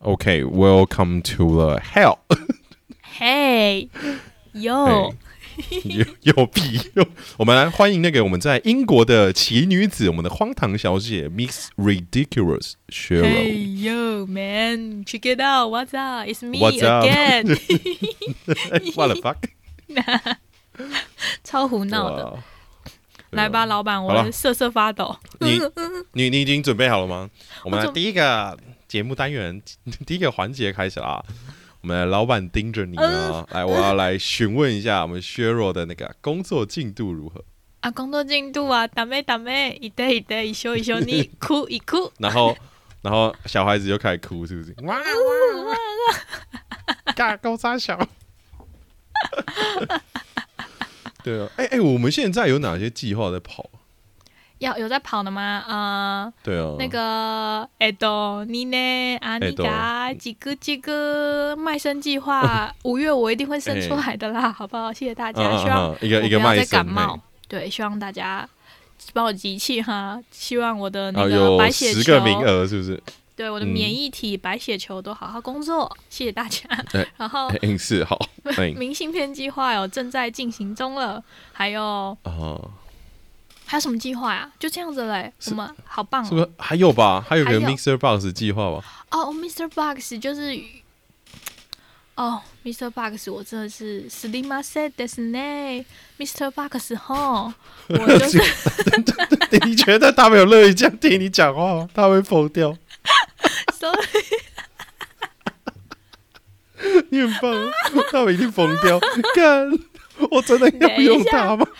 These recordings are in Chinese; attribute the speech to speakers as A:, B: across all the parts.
A: OK，welcome、to the hell
B: 嘿，哟，
A: 有有屁 用！我们来欢迎那个我们在英国的奇女子，我们的荒唐小姐 Miss Ridiculous Cheryl。
B: 嘿哟，man，check it out，what's up？It's me
A: What's up？
B: again，
A: What the fuck？
B: 超胡 闹的。
A: 哇啊
B: 来吧，，老板，
A: 好了
B: 我瑟瑟发抖。
A: 对啊你你你已经准备好了吗？我们来
B: 准
A: 第一个节目单元， 第一个环节开始啦。我们的老板盯着你
B: 呃
A: 啊！来，我要来询问一下我们削弱的那个工作进度如何。
B: 啊，工作进度啊，打妹打妹，一对一对，一休 一休，你哭一哭。
A: 然后， 然后小孩子就开始哭，是不是？哇哇哇！ 嘎高沙小。对啊，哎、哎、我们现在有哪些计划在跑？
B: 要有在跑的吗？呃，
A: 对啊，
B: 那个，哎都你呢？啊，
A: 哎
B: 你
A: 都
B: 嘎，几个几个卖身 计划，五月我一定会生出
A: 哎
B: 来的啦，好不好？谢谢大
A: 嗯
B: 家，
A: 嗯
B: 希望
A: 嗯一个
B: 我
A: 一个
B: 不要
A: 卖
B: 再
A: 身
B: 感冒，对，希望大家帮我集气哈，希望我的
A: 嘿啊
B: 那个白
A: 有
B: 血
A: 十
B: 球，
A: 个名额是不是？
B: 对我的
A: 嗯
B: 免疫体、白血球都好好工作，谢谢 大家。
A: 哎
B: 然后
A: 哎嗯是好， 哎
B: 明信片计划有正在进行中了，还有
A: 啊，
B: 还有什么计划呀、就这样子嘞，
A: 是
B: 我们好棒
A: 是不
B: 哦！
A: 是还有吧？还有
B: 还
A: 个
B: 有
A: Mixer Box 计划吧？
B: 哦，Mr. Box 就是。哦、m r Box，我真的是 s l i m a s e d e s n Mr. Box 吼，我 就是
A: 你觉得他们有乐意这样听你讲话吗？他会疯掉。
B: sorry
A: 你很 棒啊，他们一定疯 掉。看，我真的要用他吗？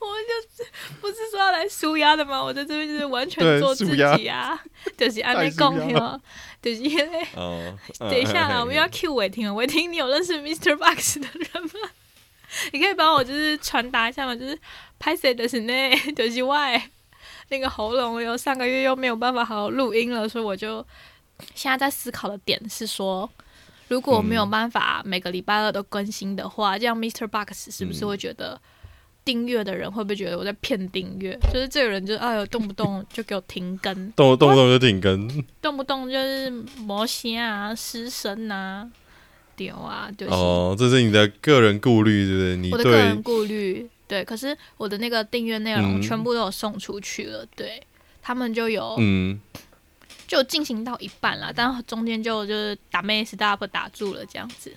B: 我们就是不是说要来舒压的吗？我在这边就是完全
A: 对
B: 做自己啊，就是安内共
A: 太舒
B: 听
A: 压
B: 哦，就是因为
A: 哦，
B: 等一下啦，我们又要 Q 伟霆了。伟霆，你有认识 Mr. Box 的人吗？ 你可以帮我就是传达一下吗？就是拍谁的是内，就是外那个喉咙有上个月又没有办法好好录音了，所以我就现在在思考的点是说，如果我没有
A: 嗯
B: 办法每个礼拜二都更新的话，这样 Mr. Box 是不是
A: 嗯
B: 会觉得订阅的人会不会觉得我在骗订阅？就是这个人就哎呦动不动就给我停更，
A: 动动不动就顶跟
B: 动不动就是魔仙啊、失身啊、丢啊，对、
A: 哦，这是你的个人顾虑，是不是？你
B: 我的个人
A: 对
B: 顾虑，对。可是我的那个订阅内容
A: 嗯
B: 全部都有送出去了，对他们就有、
A: 嗯，
B: 就进行到一半啦，但中间就就是打妹 stop 打住了这样子。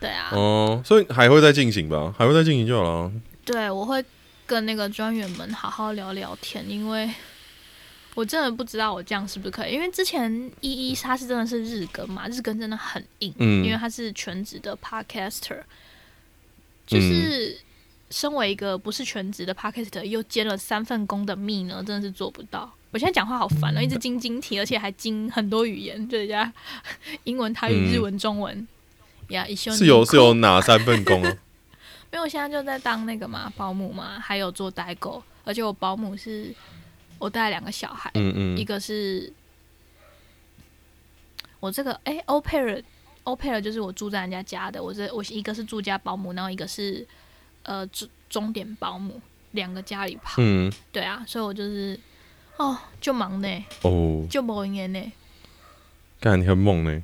B: 对啊，
A: 哦，所以还会再进行吧，还会再进行就好了啊。
B: 对我会跟那个专员们好好聊聊天，因为。我真的不知道我这样是不是可以，因为之前一一他是真的是日更嘛，日更真的很硬，因为
A: 嗯，
B: 他是全职的 podcaster，就是
A: 嗯
B: 身为一个不是全职的 podcaster 又兼了三份工的蜜呢，真的是做不到。我现在讲话好烦哦，一直
A: 嗯
B: 晶晶体，而且还晶很多语言，就是加 英文、台语、
A: 嗯
B: 日文、中文。呀，一休
A: 是有
B: 尼
A: 是有哪三份工 啊？
B: 没有，我现在就在当那个嘛保姆嘛，还有做代购，而且我保姆是我带了两个小孩，
A: 嗯嗯，
B: 一个是我这个哎欧佩尔，欧佩尔就是我住在人家家的，我这我一个是住家保姆，然后一个是呃终终点保姆，两个家里跑，
A: 嗯，
B: 对啊，所以我就是哦就忙呢，
A: 哦，
B: 就某一年呢，
A: 干你很猛呢。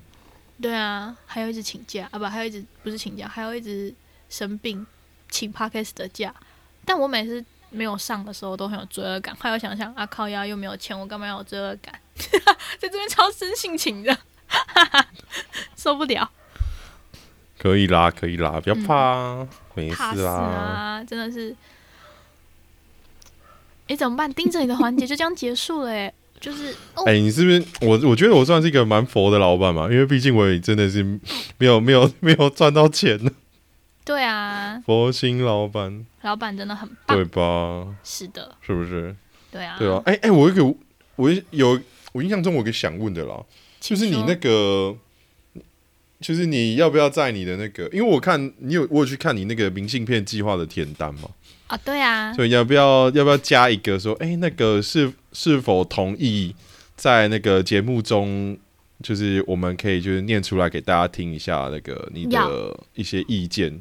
B: 对啊，还有一直请假啊不，还有一直不是请假，还有一直生病请 p a r k e s 的假，但我每次没有上的时候都很有罪恶感，后来我想想啊靠呀又没有钱，我干嘛要有罪恶感？ 在这边超生性情的， 受不了，
A: 可以啦，可以啦，不要怕啊，没
B: 嗯怕
A: 事
B: 死
A: 啦。
B: 啊，真的是。哎，怎么办？盯着你的环节就这样结束了，哎，就是哦，
A: 哎、你是不是我？我觉得我算是一个蛮佛的老板嘛，因为毕竟我也真的是没有没有没有赚到钱呢，
B: 对啊，
A: 佛心老板，
B: 老板真的很棒
A: 对，吧？
B: 是的，
A: 是不是？
B: 对啊，
A: 对啊，，哎、哎、我有一个，我有我印象中我有个想问的啦，就是你那个，就是你要不要在你的那个，因为我看你有我有去看你那个明信片计划的填单嘛，
B: 啊，对啊，
A: 所以要不要要不要加一个说，哎、那个是是否同意在那个节目中，就是我们可以就是念出来给大家听一下那个你的
B: 要
A: 一些意见，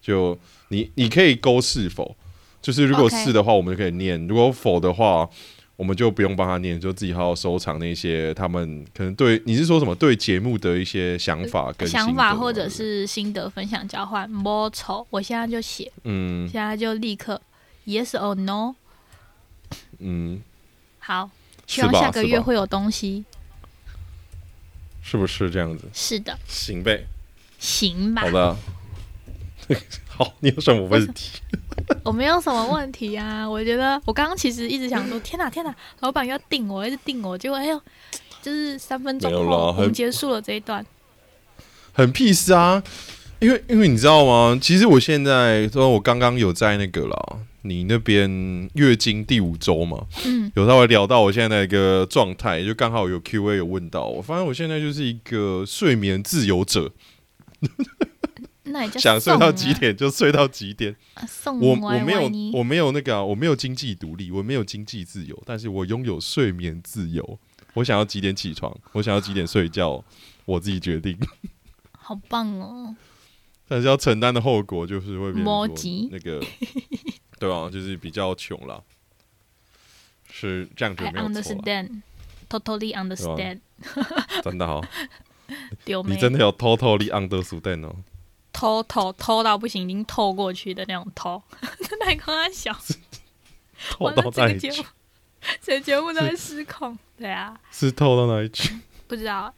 A: 就你你可以勾是否，就是如果
B: OK
A: 是的话，我们就可以念；如果否的话，我们就不用帮他念，就自己好好收藏那些他们可能对你是说什么对节目的一些想法跟
B: 呃想
A: 心
B: 法
A: 得
B: 或者
A: 嘛
B: 是心得分享交换。摸丑，我现在就写，
A: 嗯
B: 现在就立刻 yes or no。
A: 嗯，
B: 好，希
A: 是
B: 望
A: 吧？
B: 下个
A: 是
B: 月
A: 吧
B: 会有东西。
A: 是不是这样子？
B: 是的，
A: 行呗，
B: 行吧
A: 好，的。 好，你有什么问题？
B: 我没有什么问题啊。我觉得我刚刚其实一直想说，天哪天哪，老板要定我，一直定我，结果哎呦，就是三分钟
A: 没有啦
B: 后我们
A: 很
B: 结束了这一段。
A: 很 peace 啊，因为因为你知道吗？其实我现在，虽然我刚刚有在那个啦，你那边月经第五周嘛，
B: 嗯，
A: 有稍微聊到我现在的一个状态，就刚好有 Q&A 有问到我，发现我现在就是一个睡眠自由者，
B: 那也叫
A: 想睡
B: 送
A: 到
B: 啊
A: 几？点就睡到几点。
B: 啊送
A: 我
B: 歪
A: 我没
B: 歪
A: 有
B: 你
A: 我没有那个啊、我没有经济独立，我没有经济自由，但是我拥有睡眠自由。我想要几点起床，我想要几点睡觉，我自己决定。
B: 好棒哦！
A: 但是要承担的后果就是会变成
B: 摸
A: 说
B: 吉
A: 那个，对啊，就是比较穷啦，是这样子
B: I
A: 没有错啦，
B: understand, totally understand。
A: 真的好，
B: 丢妹，
A: 你真的有 totally understand 哦。
B: 偷偷偷到不行，已经透过去的那种偷， 真的还跟他小，
A: 透
B: 完
A: 到
B: 了
A: 哪
B: 这
A: 里
B: 个节
A: 去
B: 目？，这个节目都会失控。对啊，
A: 是透到哪里去？
B: 不知道。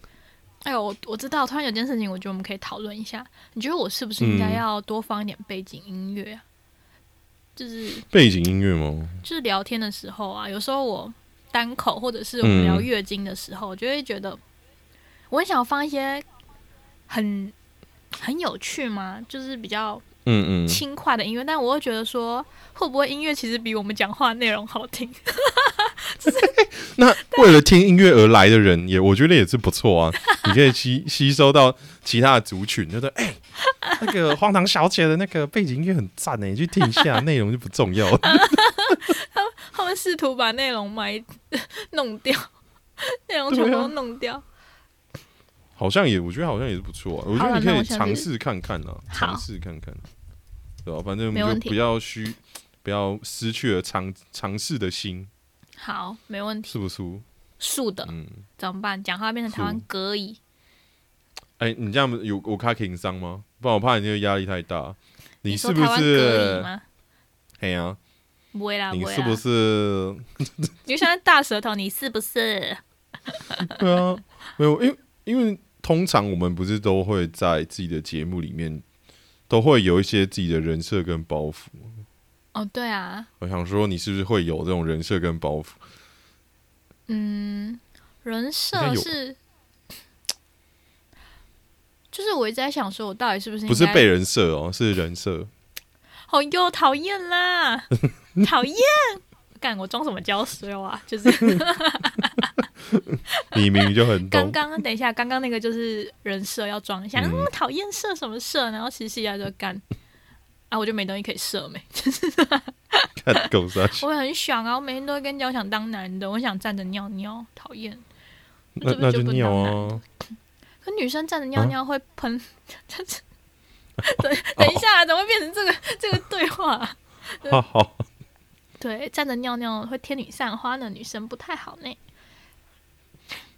B: 哎呦，我我知道，突然有件事情，我觉得我们可以讨论一下。你觉得我是不是应该
A: 嗯
B: 要多放一点背景音乐啊？就是
A: 背景音乐吗？
B: 就是聊天的时候啊，有时候我单口或者是我
A: 嗯
B: 们聊月经的时候，我就会觉得我很想放一些很很有趣嘛，就是比较
A: 嗯嗯，
B: 轻快的音乐，但我又觉得说，会不会音乐其实比我们讲话内容好听？
A: 那为了听音乐而来的人也，我觉得也是不错啊。 你可以吸吸收到其他的族群，就说哎、那个荒唐小姐的那个背景音乐很赞呢，欸你去听一下，内容就不重要了。
B: 他们试图把内容埋 弄掉， 内容全部都弄
A: 啊
B: 掉。
A: 好像也，我觉得好像也是不错啊。我觉
B: 好
A: 得
B: 了
A: 你可
B: 那
A: 以
B: 我下次
A: 尝试看看啊，
B: 好
A: 尝试看看，对吧、反正我
B: 没问
A: 们
B: 题
A: 就不要虚，不要失去了尝尝试的心，
B: 好，没问题。
A: 是不是？
B: 竖的
A: 嗯，
B: 怎么办？讲话变成台湾歌以
A: 哎、你这样有我卡情商吗？不然我怕你这个压力太大。你
B: 说
A: 是
B: 台
A: 不
B: 湾歌以
A: 是？
B: 吗？啊
A: 哎呀、
B: 不会啦，
A: 你
B: 会
A: 是
B: 啦。
A: 不是？
B: 你现在大舌头，你是不是？
A: 嗯对啊，没有，因为因为通常我们不是都会在自己的节目里面都会有一些自己的人设跟包袱。
B: 哦，对啊，
A: 我想说，你是不是会有这种人设跟包袱？
B: 嗯，人
A: 应
B: 设
A: 该有
B: 是，就是我一直在想，说我到底是不是应
A: 不是
B: 该
A: 被人设哦，是人设。
B: 好又讨 厌啦，讨厌！干，我装什么娇羞啊？就是
A: 你明明就很
B: 刚
A: 懂，
B: 刚，等一下，刚刚那个就是人设要装一下，
A: 嗯
B: 嗯，讨厌射什么射？然后其实私底下就干，啊，我就没东西可以射没，
A: 看狗啥？
B: 我很想啊，我每天都会跟你讲，我想当男的，我想站着尿尿，讨厌。
A: 那
B: 这
A: 那
B: 不就
A: 就
B: 不
A: 尿
B: 当男的
A: 啊！
B: 可女生站着尿
A: 啊哦
B: 尿会喷， 这是等等一下，怎么会变成这个这个对话啊、
A: 哈哈，
B: 对，站着尿尿会天女散花的女生不太好呢。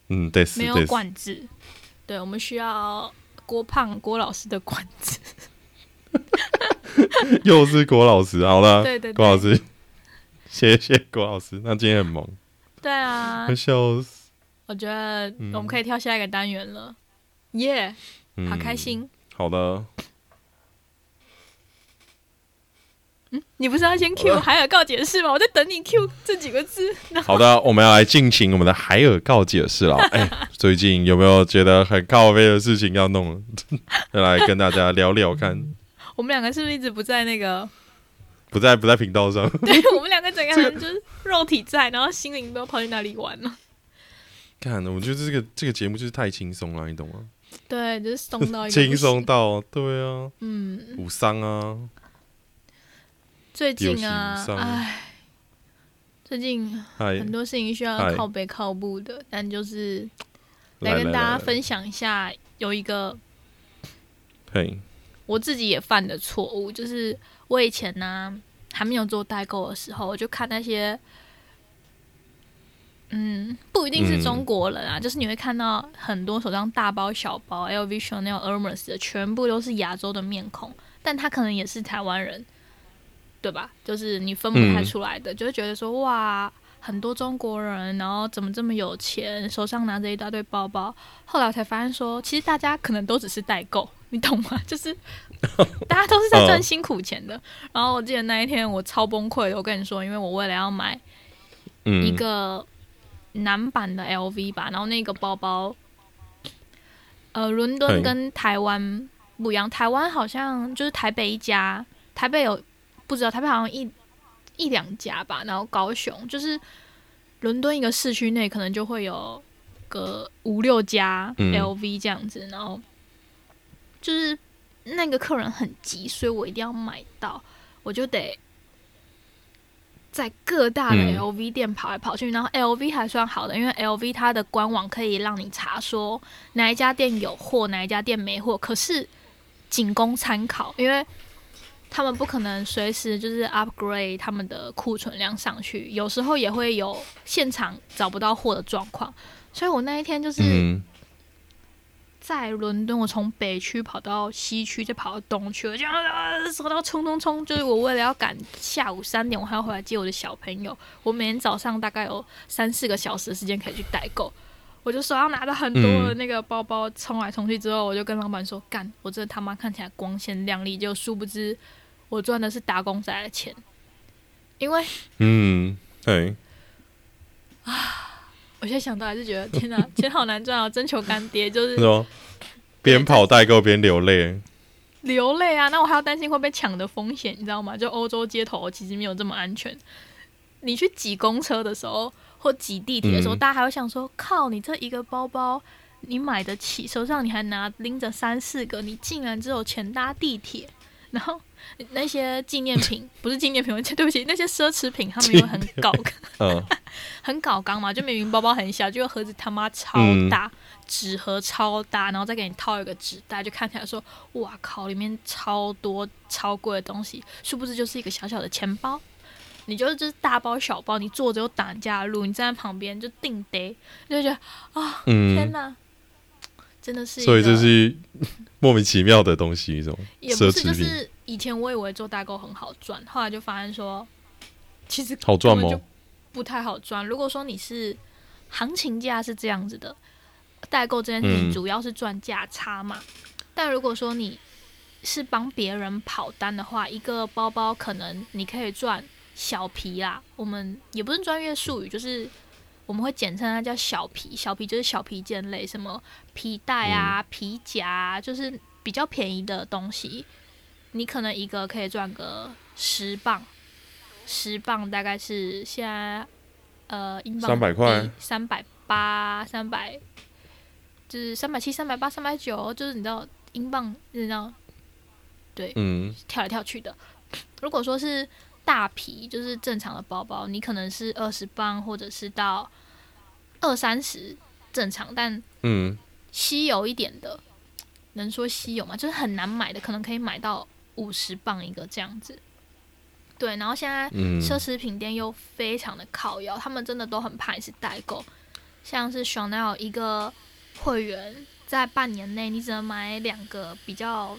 A: 嗯，对是
B: 没
A: 对
B: 有
A: 是，
B: 管制，对我们需要郭胖郭老师的管制。
A: 又是郭老师，好了，
B: 对对对
A: 啊郭老师， 谢谢郭老师，那今天很忙，
B: 对啊
A: 快，笑死，
B: 我觉得
A: 嗯
B: 我们可以跳下一个单元了，耶、
A: 嗯
B: 好开。心！
A: 好的，
B: 你不是要先 Q 海尔告解释吗？我在等你 Q 这几个字。
A: 好的，我们要来进行我们的海尔告解释了。 哎，最近有没有觉得很靠背的事情要弄 了？再来跟大家聊聊看，
B: 我们两个是不是一直不在那个？
A: 不在不在频道上。
B: 对我们两个整个人就是肉体在，然后心灵不知道跑去哪里玩了。
A: 看，我觉得这个这个节目就是太轻松了，你懂吗？
B: 对，就是松到一个
A: 轻
B: 不
A: 松
B: 行。
A: 到，对啊，
B: 嗯，
A: 五伤啊，
B: 最
A: 游
B: 近
A: 戏
B: 啊
A: 无，伤
B: 唉，最近
A: 嗨
B: 很，多事情需要
A: 嗨
B: 靠背靠步的，但就是
A: 来
B: 来跟
A: 来
B: 大
A: 来
B: 家
A: 来
B: 分享一下，有一个
A: 嘿，
B: 我自己也犯的错误，就是我以前呢、还没有做代购的时候，我就看那些嗯，不一定是中国人啊，
A: 嗯
B: 就是你会看到很多手上大包小包，LV、Chanel、Hermes 的，全部都是亚洲的面孔，但他可能也是台湾人，对吧？就是你分不太
A: 嗯
B: 出来的，就会觉得说哇，很多中国人，然后怎么这么有钱，手上拿着一大堆包包。后来我才发现说，其实大家可能都只是代购，你懂吗？ 就是大家都是在赚辛苦钱的。然后我记得那一天我超崩溃的，我跟你说，因为我为了要买。
A: 嗯，
B: 一个男版的 LV 吧，然后那个包包，
A: 哎
B: 呃，伦敦
A: 嘿
B: 跟台湾不一样，台湾好像就是台北一家，台北有不知道，台北好像一一两家吧，然后高雄就是伦敦一个市区内可能就会有个五六家
A: 嗯
B: LV 这样子，然后就是那个客人很急，所以我一定要买到，我就得在各大的
A: 嗯
B: LV 店跑来跑去，然后 LV 还算好的，因为 LV 它的官网可以让你查说哪一家店有货，哪一家店没货，可是仅供参考，因为他们不可能随时就是 upgrade 他们的库存量上去，有时候也会有现场找不到货的状况，所以我那一天就是。
A: 嗯
B: 在伦敦，我从北区跑到西区，再跑到东区，我就啊手到冲冲冲！就是我为了要赶下午三点，我还要回来接我的小朋友。我每天早上大概有三四个小时的时间可以去代购，我就手上拿着很多的那个包包冲来冲去之后，我就跟老板说：“干，我这他妈看起来光鲜亮丽，就殊不知我赚的是打工仔的钱。”因为
A: 嗯，对，
B: 我现在想到还是觉得天哪，钱好难赚哦，征求干爹就是
A: 是哦，边跑代购边流 泪，
B: 流泪啊！那我还要担心会被抢的风险，你知道吗？就欧洲街头其实没有这么安全。你去挤公车的时候，或挤地铁的时候，
A: 嗯
B: 大家还会想说：靠，你这一个包包，你买得起，手上你还拿拎着三四个，你竟然只有钱搭地铁。然后那些纪念品，不是纪念品，我对不起，那些奢侈品，他们也会很搞
A: 嗯
B: 很搞刚嘛，就明明包包很小，就盒子他妈超
A: 嗯
B: 大，纸盒超大，然后再给你套一个纸袋，就看起来说，哇靠，里面超多超贵的东西，殊不知就是一个小小的钱包。你就是就是大包小包，你坐着又挡人家的路，你站在旁边就定得，就觉得天
A: 嗯，
B: 哪，真的是一个。
A: 所以这是 莫名其妙的东西，这种
B: 也不
A: 奢
B: 是，就
A: 侈品
B: 是以前我以为做代购很好赚，后来就发现说，其实
A: 好赚哦
B: 根本
A: 吗
B: 就？不太好赚。如果说你是行情价是这样子的，代购这件事情
A: 嗯
B: 主要是赚价差嘛。但如果说你是帮别人跑单的话，一个包包可能你可以赚小皮啦，我们也不是专业术语，就是我们会简称它叫小皮，小皮就是小皮件类，什么皮带
A: 嗯
B: 啊、皮夹、啊，就是比较便宜的东西，你可能一个可以赚个十磅，十磅大概是现在呃英镑
A: 300块
B: 三百八、三百，就是三百七、三百八、三百九，就是你知道英镑，你知道
A: 嗯
B: 跳来跳去的。如果说是大皮，就是正常的包包，你可能是二十磅，或者是到二三十正常，但
A: 嗯
B: 稀有一点的，能说稀有吗？就是很难买的，可能可以买到五十磅一个这样子。对，然后现在
A: 嗯，
B: 奢侈品店又非常的靠腰，他们真的都很怕你是代购，像是 Chanel 一个会员在半年内你只能买两个比较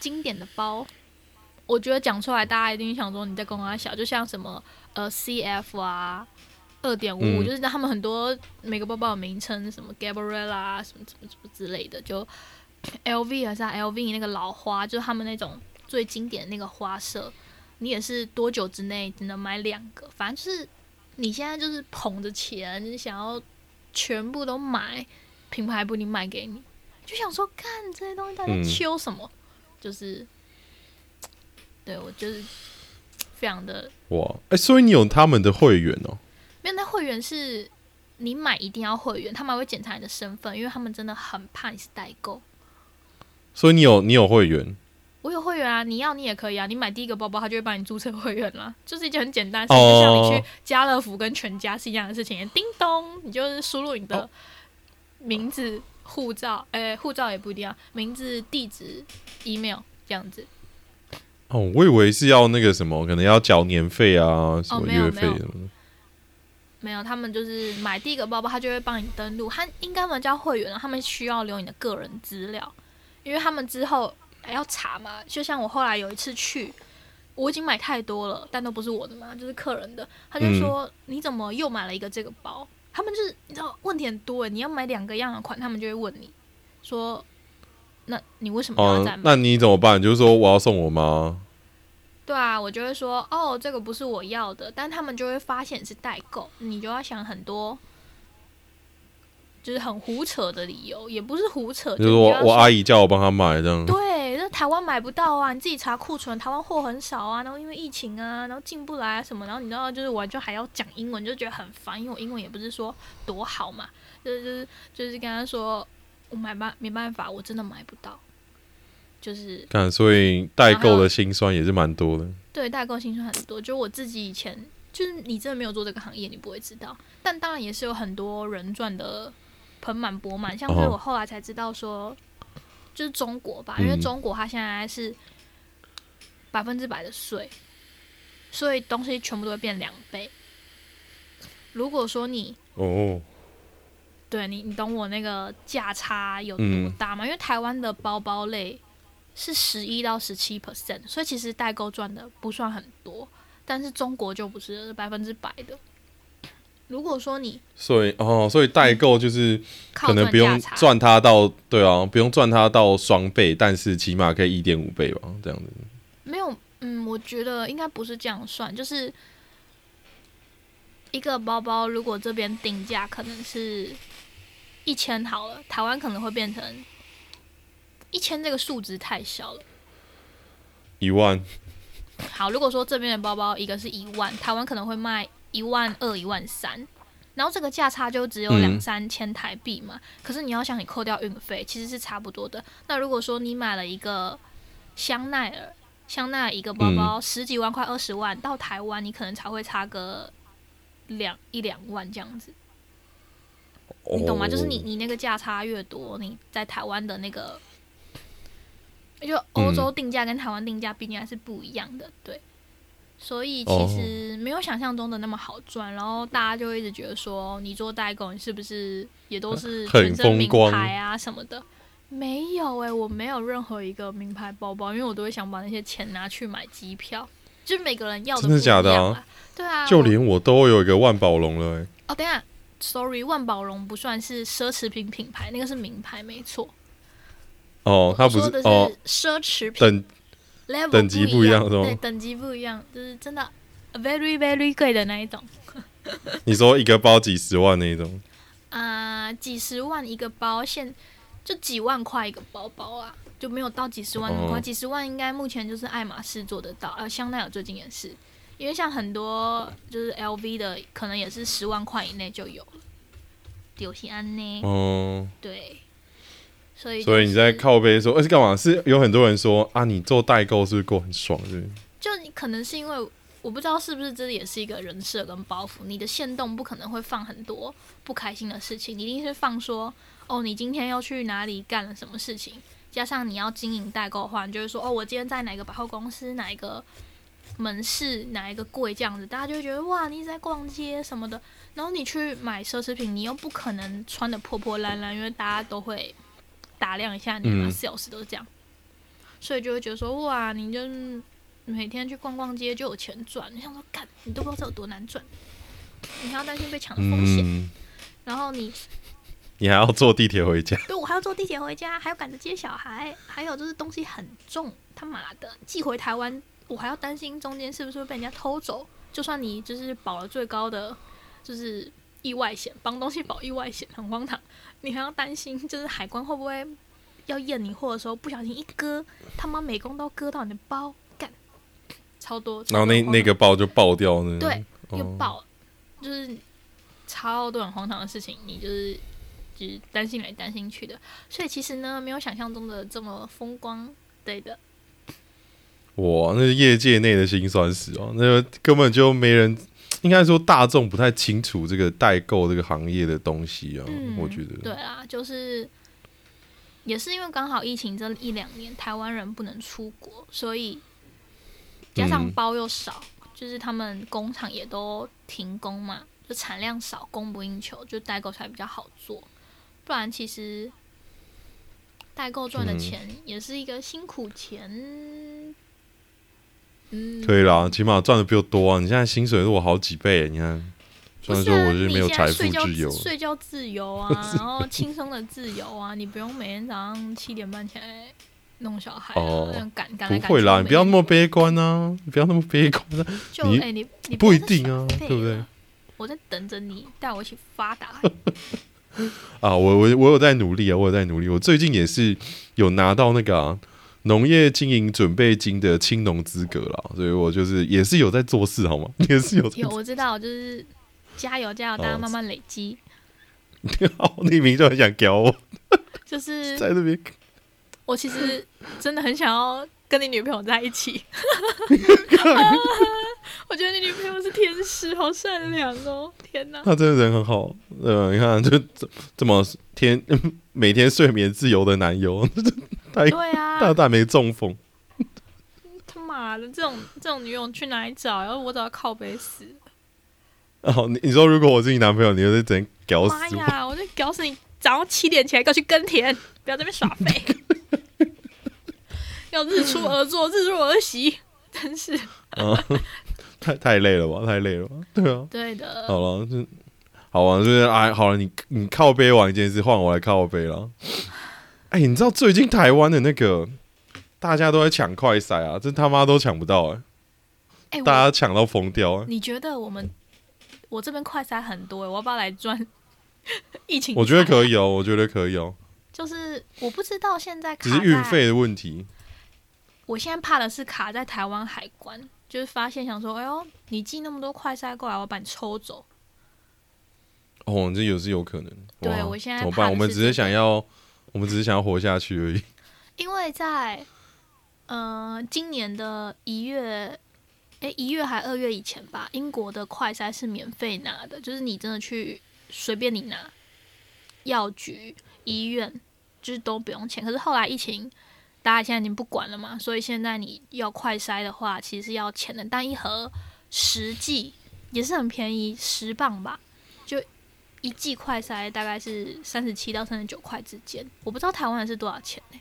B: 经典的包。我觉得讲出来，大家一定想说你在跟我小，就像什么呃 CF 啊，二点五，
A: 嗯
B: 就是他们很多每个包包有名称，什么 Gabriella 啊，什么什么什么之类的，就 LV 还是啊 LV 那个老花，就是他们那种最经典的那个花色，你也是多久之内只能买两个，反正就是你现在就是捧着钱，你想要全部都买，品牌不一定卖给你，就想说看这些东西到底在
A: 嗯
B: 秋什么，就是，对我就是非常的
A: 哇，哎、所以你有他们的会员哦，
B: 没有，那会员是你买一定要会员，他们还会检查你的身份，因为他们真的很怕你是代购。
A: 所以你有你有会员，
B: 我有会员啊，你要你也可以啊，你买第一个包包，他就会帮你注册会员啦， 就是一件很简单的事情，就像你
A: 哦
B: 去家乐福跟全家是一样的事情。叮咚，你就是输入你的
A: 哦
B: 名字、护照，诶、护照也不一定要，啊名字、地址、email 这样子。
A: 哦，我以为是要那个什么，可能要缴年费啊，什
B: 哦
A: 么
B: 没有
A: 月费
B: 没有
A: 什么的。
B: 没有，他们就是买第一个包包，他就会帮你登录。他应该们叫会员了，他们需要留你的个人资料，因为他们之后还要查嘛。就像我后来有一次去，我已经买太多了，但都不是我的嘛，就是客人的。他就说：“你怎么又买了一个这个包？”他们就是你知道问题很多诶，你要买两个一样的款，他们就会问你说：“那你为什么要再
A: 哦
B: 买？”，
A: 那你怎么办？就是说我要送我妈，
B: 对啊，我就会说哦，这个不是我要的，但他们就会发现是代购，你就要想很多，就是很胡扯的理由，也不是胡扯，
A: 就是
B: 你
A: 我
B: 要
A: 我
B: 想
A: 阿姨叫我帮她买这样。
B: 对，那台湾买不到啊，你自己查库存，台湾货很少啊，然后因为疫情啊，然后进不来啊什么，然后你知道就是我就还要讲英文，就觉得很烦，因为我英文也不是说多好嘛，就是就是就是跟他说我买办没办法，我真的买不到，就是
A: 看，所以代购的辛酸也是蛮多的。
B: 对代购薪水很多，就我自己以前就是你真的没有做这个行业，你不会知道。但当然也是有很多人赚的盆满钵满，像是
A: 哦
B: 我后来才知道说，就是中国吧，
A: 嗯
B: 因为中国它现在是百分之百的税，所以东西全部都会变两倍。如果说你
A: 哦，
B: 对你，你懂我那个价差有多
A: 嗯
B: 大吗？因为台湾的包包类是十一到十七 percent，所以其实代购赚的不算很多，但是中国就不是百分之百的。如果说你
A: 所以哦，所以代购就是
B: 嗯靠
A: 可能不用
B: 价差，
A: 赚它到对啊，不用赚它到双倍，但是起码可以一点五倍吧，这样子。
B: 没有，嗯，我觉得应该不是这样算，就是一个包包如果这边定价可能是一千好了，台湾可能会变成一千这个数值太小了。
A: 一万
B: 好，如果说这边的包包一个是一万，台湾可能会卖一万二、一万三，然后这个价差就只有
A: 嗯
B: 两三千台币嘛。可是你要想，你扣掉运费，其实是差不多的。那如果说你买了一个香奈儿，香奈儿一个包包、十几万块、二十万，到台湾你可能才会差个两一两万这样子。你懂吗？就是
A: 哦
B: 你你那个价差越多，你在台湾的那个，就
A: 嗯
B: 欧洲定价跟台湾定价毕竟还是不一样的，对。所以其实
A: 哦
B: 没有想象中的那么好赚，然后大家就一直觉得说，你做代购，你是不是也都 是
A: 很
B: 全身
A: 风
B: 名
A: 光
B: 牌啊什么的？没有诶、我没有任何一个名牌包包，因为我都会想把那些钱拿去买机票，就是每个人要的
A: 真的
B: 不一
A: 假
B: 样
A: 的啊
B: 啦对啊，
A: 就
B: 我
A: 连我都有一个万宝龙了、欸，
B: 哦，等一下，sorry，万宝龙不算是奢侈品品牌，那个是名牌，没错。
A: 哦，它
B: 我
A: 不
B: 说
A: 是
B: 的是
A: 哦，
B: 奢侈品、
A: 等
B: level
A: 等级
B: 不
A: 不
B: 一
A: 一样是吗
B: 对，等级不一样，就是真的 very very 贵的那一种。
A: 你说一个包几十万那一种，
B: 啊、几十万一个包，现就几万块一个包包啊，就没有到几十万那么夸
A: 哦
B: 几十万应该目前就是爱马仕做得到，呃，香奈儿最近也是，因为像很多就是 LV 的，可能也是十万块以内就有了。有些安呢，
A: 哦，
B: 对，所以就
A: 所以你在
B: 是
A: 靠背说，哎、是干嘛？是有很多人说啊，你做代购是不是过很爽？是不是？
B: 就你可能是因为我不知道是不是这也是一个人设跟包袱，你的限动不可能会放很多不开心的事情，你一定是放说哦，你今天要去哪里干了什么事情，加上你要经营代购的话，你就会说哦，我今天在哪个百货公司哪一个。门市哪一个柜这样子，大家就会觉得哇，你一直在逛街什么的。然后你去买奢侈品，你又不可能穿的破破烂烂，因为大家都会打量一下你嘛，
A: 嗯
B: 四小时都是这样，所以就会觉得说哇，你就是每天去逛逛街就有钱赚。你想说，干，你都不知道这有多难赚，你还要担心被抢的风险，
A: 嗯，
B: 然后你
A: 你还要坐地铁回家，
B: 对我还要坐地铁回家，还要赶着接小孩，还有就是东西很重，他妈的寄回台湾，我还要担心中间是不是会被人家偷走。就算你就是保了最高的，就是意外险，帮东西保意外险很荒唐，你还要担心就是海关会不会要验你货的时候不小心一割，他妈美工刀割到你的包，干，超多。超
A: 然后那
B: 多荒
A: 那个
B: 唐
A: 包就爆掉呢。
B: 对，又
A: 哦
B: 爆，就是超多很荒唐的事情，你就是就是担心来担心去的，所以其实呢，没有想象中的这么风光，对的，
A: 哇，那是业界内的辛酸史哦，那根本就没人，应该说大众不太清楚这个代购这个行业的东西啊，
B: 嗯，
A: 我觉得。
B: 对啊，就是也是因为刚好疫情这一两年，台湾人不能出国，所以加上
A: 嗯
B: 包又少，就是他们工厂也都停工嘛，就产量少，供不应求，就代购才比较好做。不然其实代购赚的钱也是一个辛苦钱。嗯，
A: 可以啦，起码赚的比我多啊！你现在薪水是我好几倍，你看，虽
B: 不
A: 然
B: 是
A: 说
B: 啊，
A: 我
B: 你
A: 是没有
B: 现
A: 财
B: 在
A: 富
B: 睡觉
A: 自由，
B: 睡觉自 由啊，然后轻松的自由啊，你不用每天早上七点半起来弄小孩、啊，
A: 哦
B: 那样赶赶来
A: 不
B: 赶去。
A: 会啦，你不要那么
B: 每天
A: 悲观啊， 你不要那么悲观啊，
B: 就
A: 你
B: 哎、你你
A: 不
B: 要
A: 一
B: 再
A: 定啊
B: 耍废
A: 对不对
B: 了？我在等着你带我一起发 达。
A: 啊，我我我有在努力啊，我有在努力。我最近也是有拿到那个啊农、业经营准备金的青农资格啦，所以我就是也是有在做事，好吗？ 也是有在
B: 有我知道，就是加油加油，大
A: 哦
B: 家慢慢累积。
A: 好，你明明就很想屌我，
B: 就是
A: 在那边
B: 我其实真的很想要跟你女朋友在一 起， 我觉得你女朋友是天使，好善良哦！天哪，
A: 他真的人很好，呃，你看就这这么天 每天睡眠自由的男友，
B: 啊对
A: 大
B: 啊，
A: 大没中风。
B: 他妈的，这种这种女友去哪里找？然后我找她靠北死，
A: 哦，你你说如果我是你男朋友，你会整屌死
B: 妈
A: 我？
B: 呀！我就屌死你！早上七点起来给我去耕田，不要在那边耍 废，要日出而作，日落而息，真是
A: 啊， 太太累了吧，太累了吧？对啊，
B: 对的。
A: 好了，就好啊，就是哎，好了，你你靠背完一件事，换我来靠背了。哎，你知道最近台湾的那个大家都在抢快筛啊，真他妈都抢不到哎、
B: 哎、我
A: 大家抢到疯掉哎、
B: 你觉得我们我这边快筛很多、欸，我要不要来赚 疫情？
A: 我觉得，可以哦，我觉得可以哦，
B: 就是我不知道现在卡
A: 只是运
B: 在。
A: 费的问题。
B: 我现在怕的是卡在台湾海关，就是发现想说，哎呦，你寄那么多快筛过来，我把你抽走。
A: 哦，这也是有可能。
B: 对
A: 哇
B: 我现在
A: 怎么
B: 怕
A: 办？
B: 的
A: 我们
B: 是
A: 只
B: 这
A: 是
B: 个
A: 想要，我们只是想要活下去而已。
B: 因为在呃今年的一月，哎一月还二月以前吧，英国的快筛是免费拿的，就是你真的去随便你拿，药局、医院就是都不用钱。可是后来疫情，大家现在已经不管了嘛，所以现在你要快筛的话，其实是要钱的，但一盒十剂也是很便宜，十磅吧，就。一剂快筛大概是三十七到三十九块之间，我不知道台湾的是多少钱欸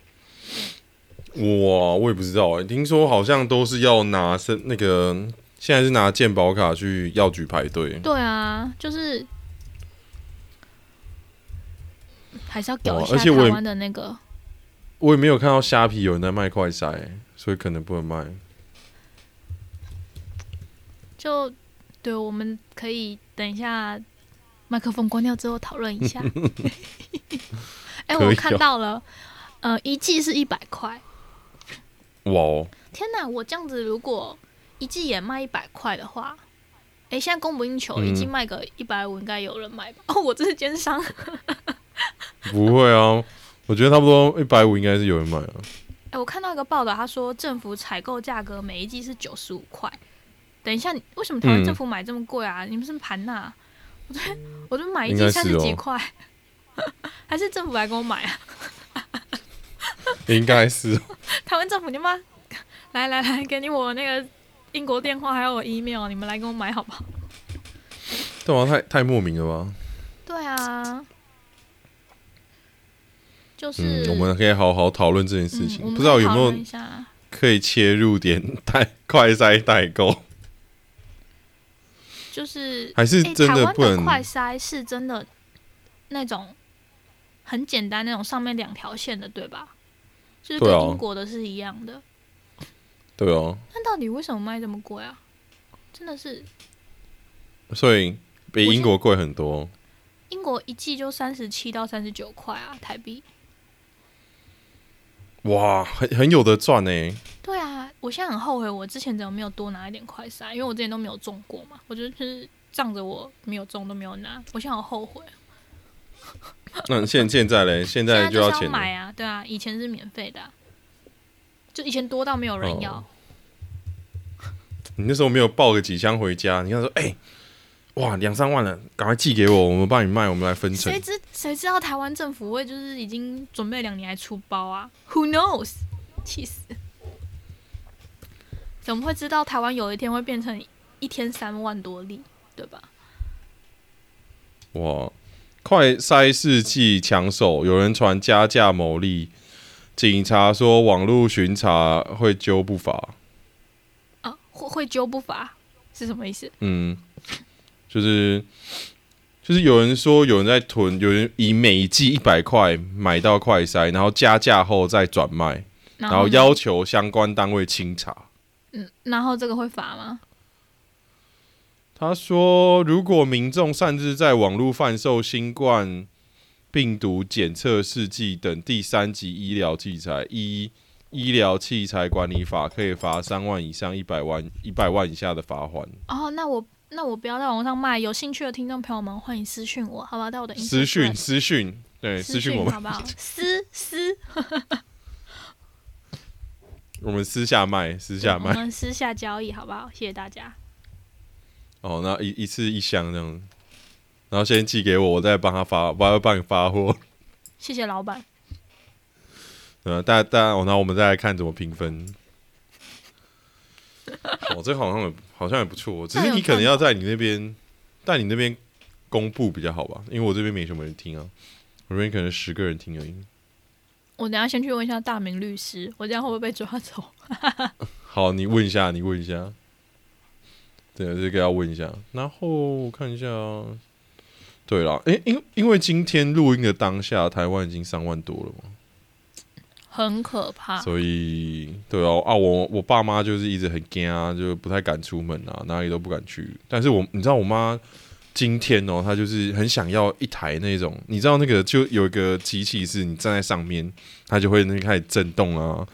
A: 哇，我也不知道哎、听说好像都是要拿身那个，现在是拿健保卡去药局排队。
B: 对啊，就是还是要搞
A: 哦
B: 一下
A: 而且
B: 台
A: 我也
B: 湾的那个。
A: 我也没有看到虾皮有人在卖快筛、所以可能不能卖。
B: 就对，我们可以等一下麦克风关掉之后讨论一 下。哎、
A: 可
B: 我
A: 以
B: 看
A: 哦
B: 到了，呃，一季是一百块。
A: 哇哦，
B: 天哪，我这样子如果一季也卖一百块的话，哎、现在供不应求，
A: 嗯
B: 一季卖个一百五应该有人买吧？哦，我这是奸商。
A: 不会啊，我觉得差不多一百五应该是有人买啊。
B: 哎、我看到一个报道，他说政府采购价格每一季是九十五块。等一下，你为什么台湾
A: 嗯
B: 政府买这么贵啊？你们是不是盘呐、我这我这买一
A: 应
B: 季
A: 该
B: 三
A: 是
B: 十
A: 哦
B: 几块， 还是政府来给我买啊？
A: 应该是
B: 台湾政府你们来来来，给你我那个英国电话还有我 email，你们来给我买好不好？
A: 干嘛太太莫名了吧？
B: 对啊，就是、
A: 嗯，我们可以好好讨论这件
B: 嗯
A: 事情。
B: 我们
A: 不知道有
B: 讨
A: 没有
B: 论一下啊
A: 可以切入点代快筛代
B: 哎
A: 购，
B: 就是
A: 还是
B: 欸
A: 真
B: 台湾
A: 不能？
B: 快筛是真的那种很简单那种上面两条线的，对吧？就是跟
A: 对啊
B: 英国的是一样的。
A: 对哦，
B: 那到底为什么卖这么贵啊？真的是
A: 所以比英
B: 我先
A: 国贵很多。
B: 英国一季就三十七到三十九块啊，台币。
A: 哇，很很有的赚欸呢、
B: 对啊，我现在很后悔，我之前怎么没有多拿一点快筛，因为我之前都没有中过嘛，我就是仗着我没有中都没有拿，我现在好后悔。啊
A: 那现现在嘞，现
B: 现
A: 在
B: 在
A: 就
B: 就是
A: 钱
B: 要
A: 了
B: 买啊，对啊，以前是免费的啊、就以前多到没有人
A: 哦
B: 要。
A: 你那时候没有抱个几箱回家，你跟他说，哎、哇，两三万了，赶快寄给我，我们帮你卖，我们来分成
B: 谁。知谁知道台湾政府会就是已经准备两年还出包啊？Who knows？气死！怎么会知道台湾有一天会变成一天三万多例，对吧？
A: 哇，快筛试剂抢手，有人传加价牟利，警察说网络巡查会揪不罚。
B: 啊，会会揪不罚是什么意思？
A: 嗯，就是就是有人说有人在囤，有人以每季一百块买到快筛，然后加价后再转卖，
B: 然
A: 然后
B: 呢
A: 要求相关单位清查。
B: 嗯，然后这个会罚吗？
A: 他说，如果民众擅自在网络贩售新冠病毒检测试剂等第三级医疗器材，依医疗器材管理法可以罚三万以上一百万一百万以下的罚款。
B: 哦，那我那我不要在网上卖，有兴趣的听众朋友们欢迎私讯我，好不好？到我的 Instagram
A: 私讯私讯，对，私
B: 私
A: 讯
B: 讯
A: 我们，
B: 好不好？私私
A: 我们私下卖，私下
B: 我
A: 卖。
B: 们私下交易好不好？谢谢大家。
A: 哦，那一一次一箱这样，然后先寄给我，我再帮他发，我帮你发货。
B: 谢谢老板，
A: 呃，大大，然后我们再来看怎么评分。 哦，这好像也好像也不错，只是你可能要在你那边，在你那边公布比较好吧，因为我这边没什么人听啊，我这边可能十个人听而已。
B: 我等一下先去问一下大明律师，我这样会不会被抓走？
A: 好，你问一下，你问一下，对，这个要问一下。然后我看一下啊，对了，诶，因因为今天录音的当下，台湾已经三万多了嘛，
B: 很可怕。
A: 所以，对哦，啊，我我爸妈就是一直很惊啊，就不太敢出门啊，哪里都不敢去。但是我，你知道我妈今天哦，她就是很想要一台那种，你知道那个就有一个机器是你站在上面，它就会那开始震动啊，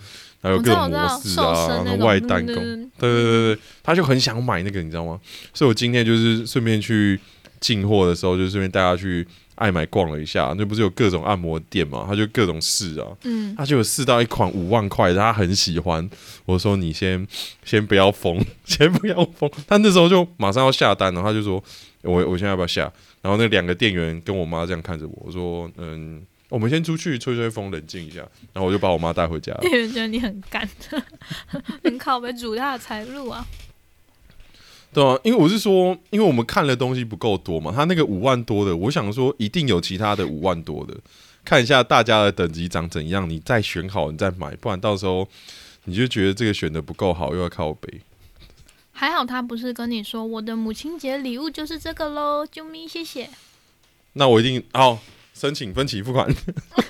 A: 然后有
B: 我知
A: 各
B: 哦道，我
A: 种
B: 知
A: 模
B: 道，
A: 式
B: 瘦
A: 啊，
B: 身那
A: 然
B: 种
A: 后外弹弓，
B: 嗯
A: 对对对对，他就很想买那个，你知道吗？所以我今天就是顺便去进货的时候，就顺便带他去爱买逛了一下，那不是有各种按摩店嘛，他就各种试啊。
B: 嗯，
A: 他就有试到一款五万块的，他很喜欢。我说你先先不要疯， 先不要疯。他那时候就马上要下单了，他就说：“我我现在要不要下？”然后那两个店员跟我妈这样看着我，我说：“嗯，我们先出去吹吹风，冷静一下。”然后我就把我妈带回家了。
B: 店嗯员觉得你很干， 很靠背主大财路啊。
A: 对啊，因为我是说，因为我们看的东西不够多嘛，他那个五万多的，我想说一定有其他的五万多的，看一下大家的等级长怎样，你再选好，你再买，不然到时候你就觉得这个选的不够好，又要靠背。
B: 还好他不是跟你说我的母亲节礼物就是这个喽，救命！谢谢。
A: 那我一定好申请分期付款，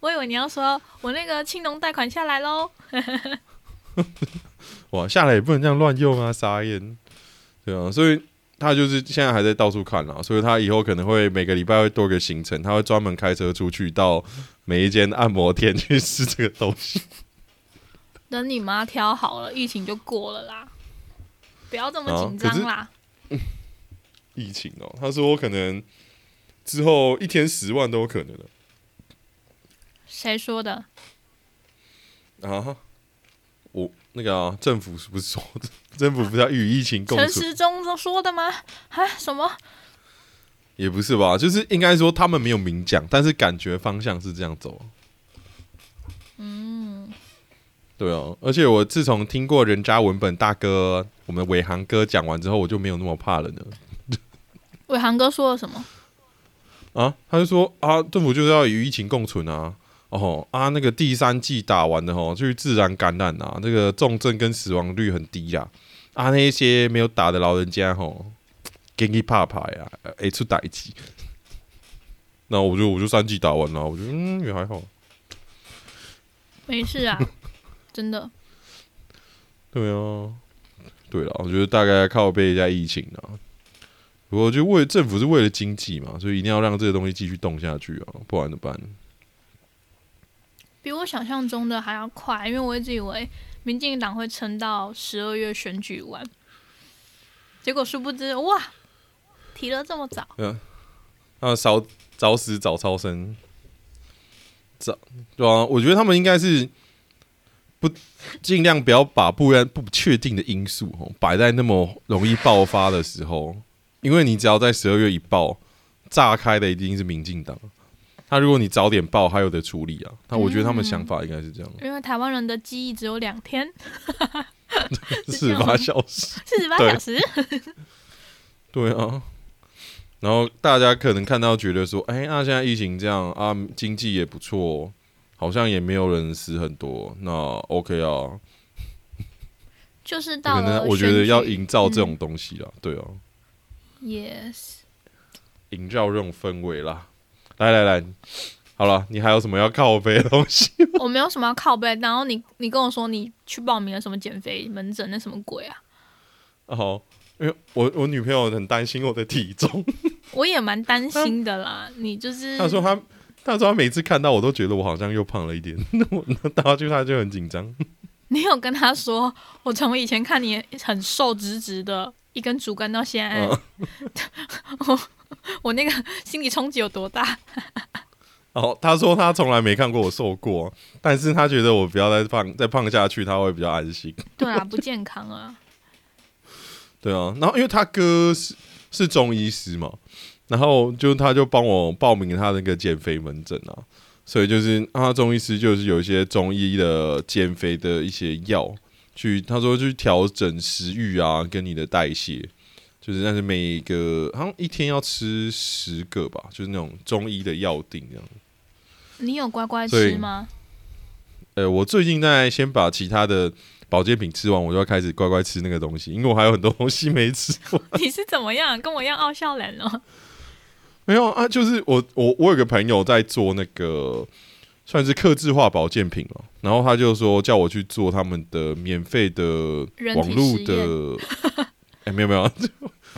B: 我以为你要说我那个青龙贷款下来喽。
A: 哇，下来也不能这样乱用啊，傻眼。对啊，所以他就是现在还在到处看啦，所以他以后可能会每个礼拜会多个行程，他会专门开车出去到每一间按摩店去试这个东西。
B: 等你妈挑好了，疫情就过了啦。不要这么
A: 啊
B: 紧张啦。
A: 疫情哦， 他说可能之后一天十万都有可能的
B: 谁说的？
A: 啊。我那个、啊、政府是不是说的？ 政府不是要与疫情共
B: 陈
A: 存？
B: 时中都说的吗？啊，什么？
A: 也不是吧，就是应该说他们没有明讲，但是感觉方向是这样走。
B: 嗯，
A: 对啊，而且我自从听过人渣文本大哥我们伟航哥讲完之后，我就没有那么怕了呢。
B: 伟航哥说了什么？
A: 啊，他就说啊，政府就是要与疫情共存啊。哦啊，那个第三季打完的吼，就是自然感染啊，那个重症跟死亡率很低啦。啊，那些没有打的老人家吼，给你怕怕呀，呃会出代志。那我就我就三季打完了，我觉得嗯也还好。
B: 没事 啊，真的。
A: 对啊，对了，我觉得大概靠背一下疫情啊。不过就为政府是为了经济嘛，所以一定要让这个东西继续动下去啊，不然怎么办？
B: 比我想象中的还要快，因为我一直以为民进党会撑到十二月选举完，结果殊不知，哇，提了这么早，
A: 啊，少早死早超生，早对啊，我觉得他们应该是不尽量不要把不然不确定的因素哦摆在那么容易爆发的时候，因为你只要在十二月一爆，炸开的一定是民进党。他如果你早点爆，还有的处理啊。那我觉得他们想法应该是这样，
B: 因为台湾人的记忆只有两天，
A: 四十八小时。
B: 四十八
A: 对
B: 小时，
A: 对啊，然后大家可能看到觉得说，哎，那现在疫情这样啊，经济也不错，好像也没有人死很多，那 OK 啊，
B: 就是
A: 可
B: 到了
A: 能我觉得要
B: 选举嗯
A: 营造这种东西啦，对啊，
B: ，yes，
A: 营造这种氛围啦。来来来，好了，你还有什么要靠背的东西？
B: 我没有什么要靠背。然后你你跟我说你去报名了什么减肥门诊，那什么鬼啊？
A: 哦，因为我我女朋友很担心我的体重，
B: 我也蛮担心的啦。你就是
A: 她说她她说她每次看到我都觉得我好像又胖了一点， 那我那她就她就很紧张。
B: 你有跟他说，我从以前看你很瘦直直的，一根竹竿到现在，
A: 嗯
B: 我我那个心理冲击有多大？
A: 哦，她说她从来没看过我瘦过，但是她觉得我不要再胖再胖下去，她会比较安心。
B: 对啊，不健康啊。
A: 对啊，然后因为他哥是是中医师嘛，然后就他就帮我报名他那个减肥门诊啊，所以就是啊，他中医师就是有一些中医的减肥的一些药，去他说去调整食欲啊，跟你的代谢，就是但是每个好像一天要吃十个吧，就是那种中医的药定这样。
B: 你有乖乖
A: 所以
B: 吃吗？
A: 呃，我最近在先把其他的保健品吃完，我就要开始乖乖吃那个东西，因为我还有很多东西没吃完。
B: 你是怎么样？跟我一样傲笑脸哦。
A: 没有啊，就是我我我有个朋友在做那个算是克制化保健品哦，然后他就说叫我去做他们的免费的
B: 人体
A: 网络
B: 实
A: 的，哎、没有没有就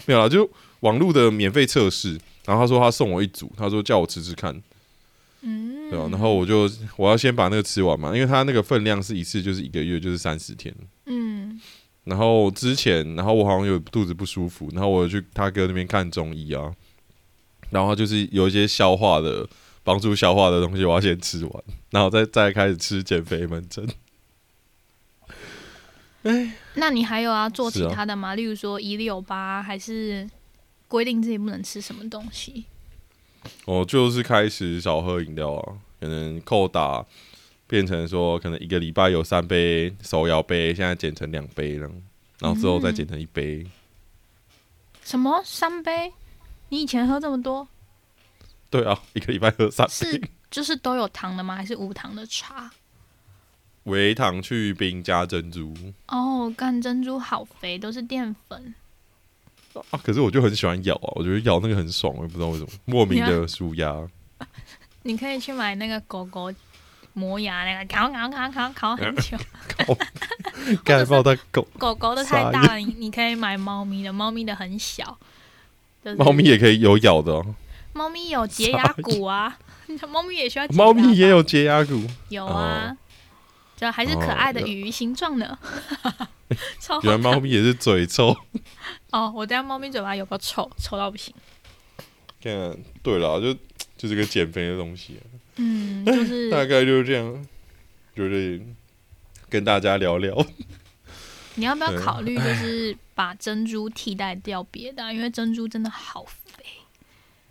A: 没有啦，就网络的免费测试。然后他说他送我一组，他说叫我吃吃看，
B: 嗯，
A: 对吧、然后我就我要先把那个吃完嘛，因为他那个分量是一次就是一个月就是三十天，
B: 嗯，
A: 然后之前，然后我好像有肚子不舒服，然后我有去他哥那边看中医啊，然后他就是有一些消化的帮助消化的东西，我要先吃完，然后再再开始吃减肥门诊。
B: 那你还有要做其
A: 是啊
B: 他的吗？例如说一六八，还是规定自己不能吃什么东西？
A: 我就是开始少喝饮料啊，可能扣打变成说，可能一个礼拜有三杯手摇杯，现在减成两杯了，然后之后再减成一杯。
B: 什么三杯？你以前喝这么多，
A: 对啊，一个礼拜喝三
B: 是
A: 杯，
B: 就是都有糖的吗？还是无糖的茶？
A: 微糖去冰加珍珠
B: 哦，干珍珠好肥，都是淀粉。
A: 啊！可是我就很喜欢咬啊，我觉得咬那个很爽，我也不知道为什么，莫名
B: 你
A: 的舒压。
B: 你可以去买那个狗狗磨牙那个，烤烤烤烤烤很久。
A: 干爆他狗，
B: 狗狗的太大了，你你可以买猫咪的，猫咪的很小。就是
A: 猫咪也可以有咬的、哦，
B: 猫咪有洁牙骨啊， 猫咪也需要洁牙吧。啊
A: 猫咪也有洁牙骨，
B: 有啊，就还是可爱的鱼形状的，
A: 哦
B: 超好
A: 原来
B: 看
A: 猫咪也是嘴 臭。
B: 哦！我家猫咪嘴巴有个臭，臭到不行。
A: 看，对了，就就是个减肥的东西啊、
B: 嗯，就
A: 大
B: 是
A: 概就是这样，就是跟大家聊聊。
B: 你要不要
A: 对
B: 考虑，就是把珍珠替代掉别 的啊、因为珍珠真的好肥，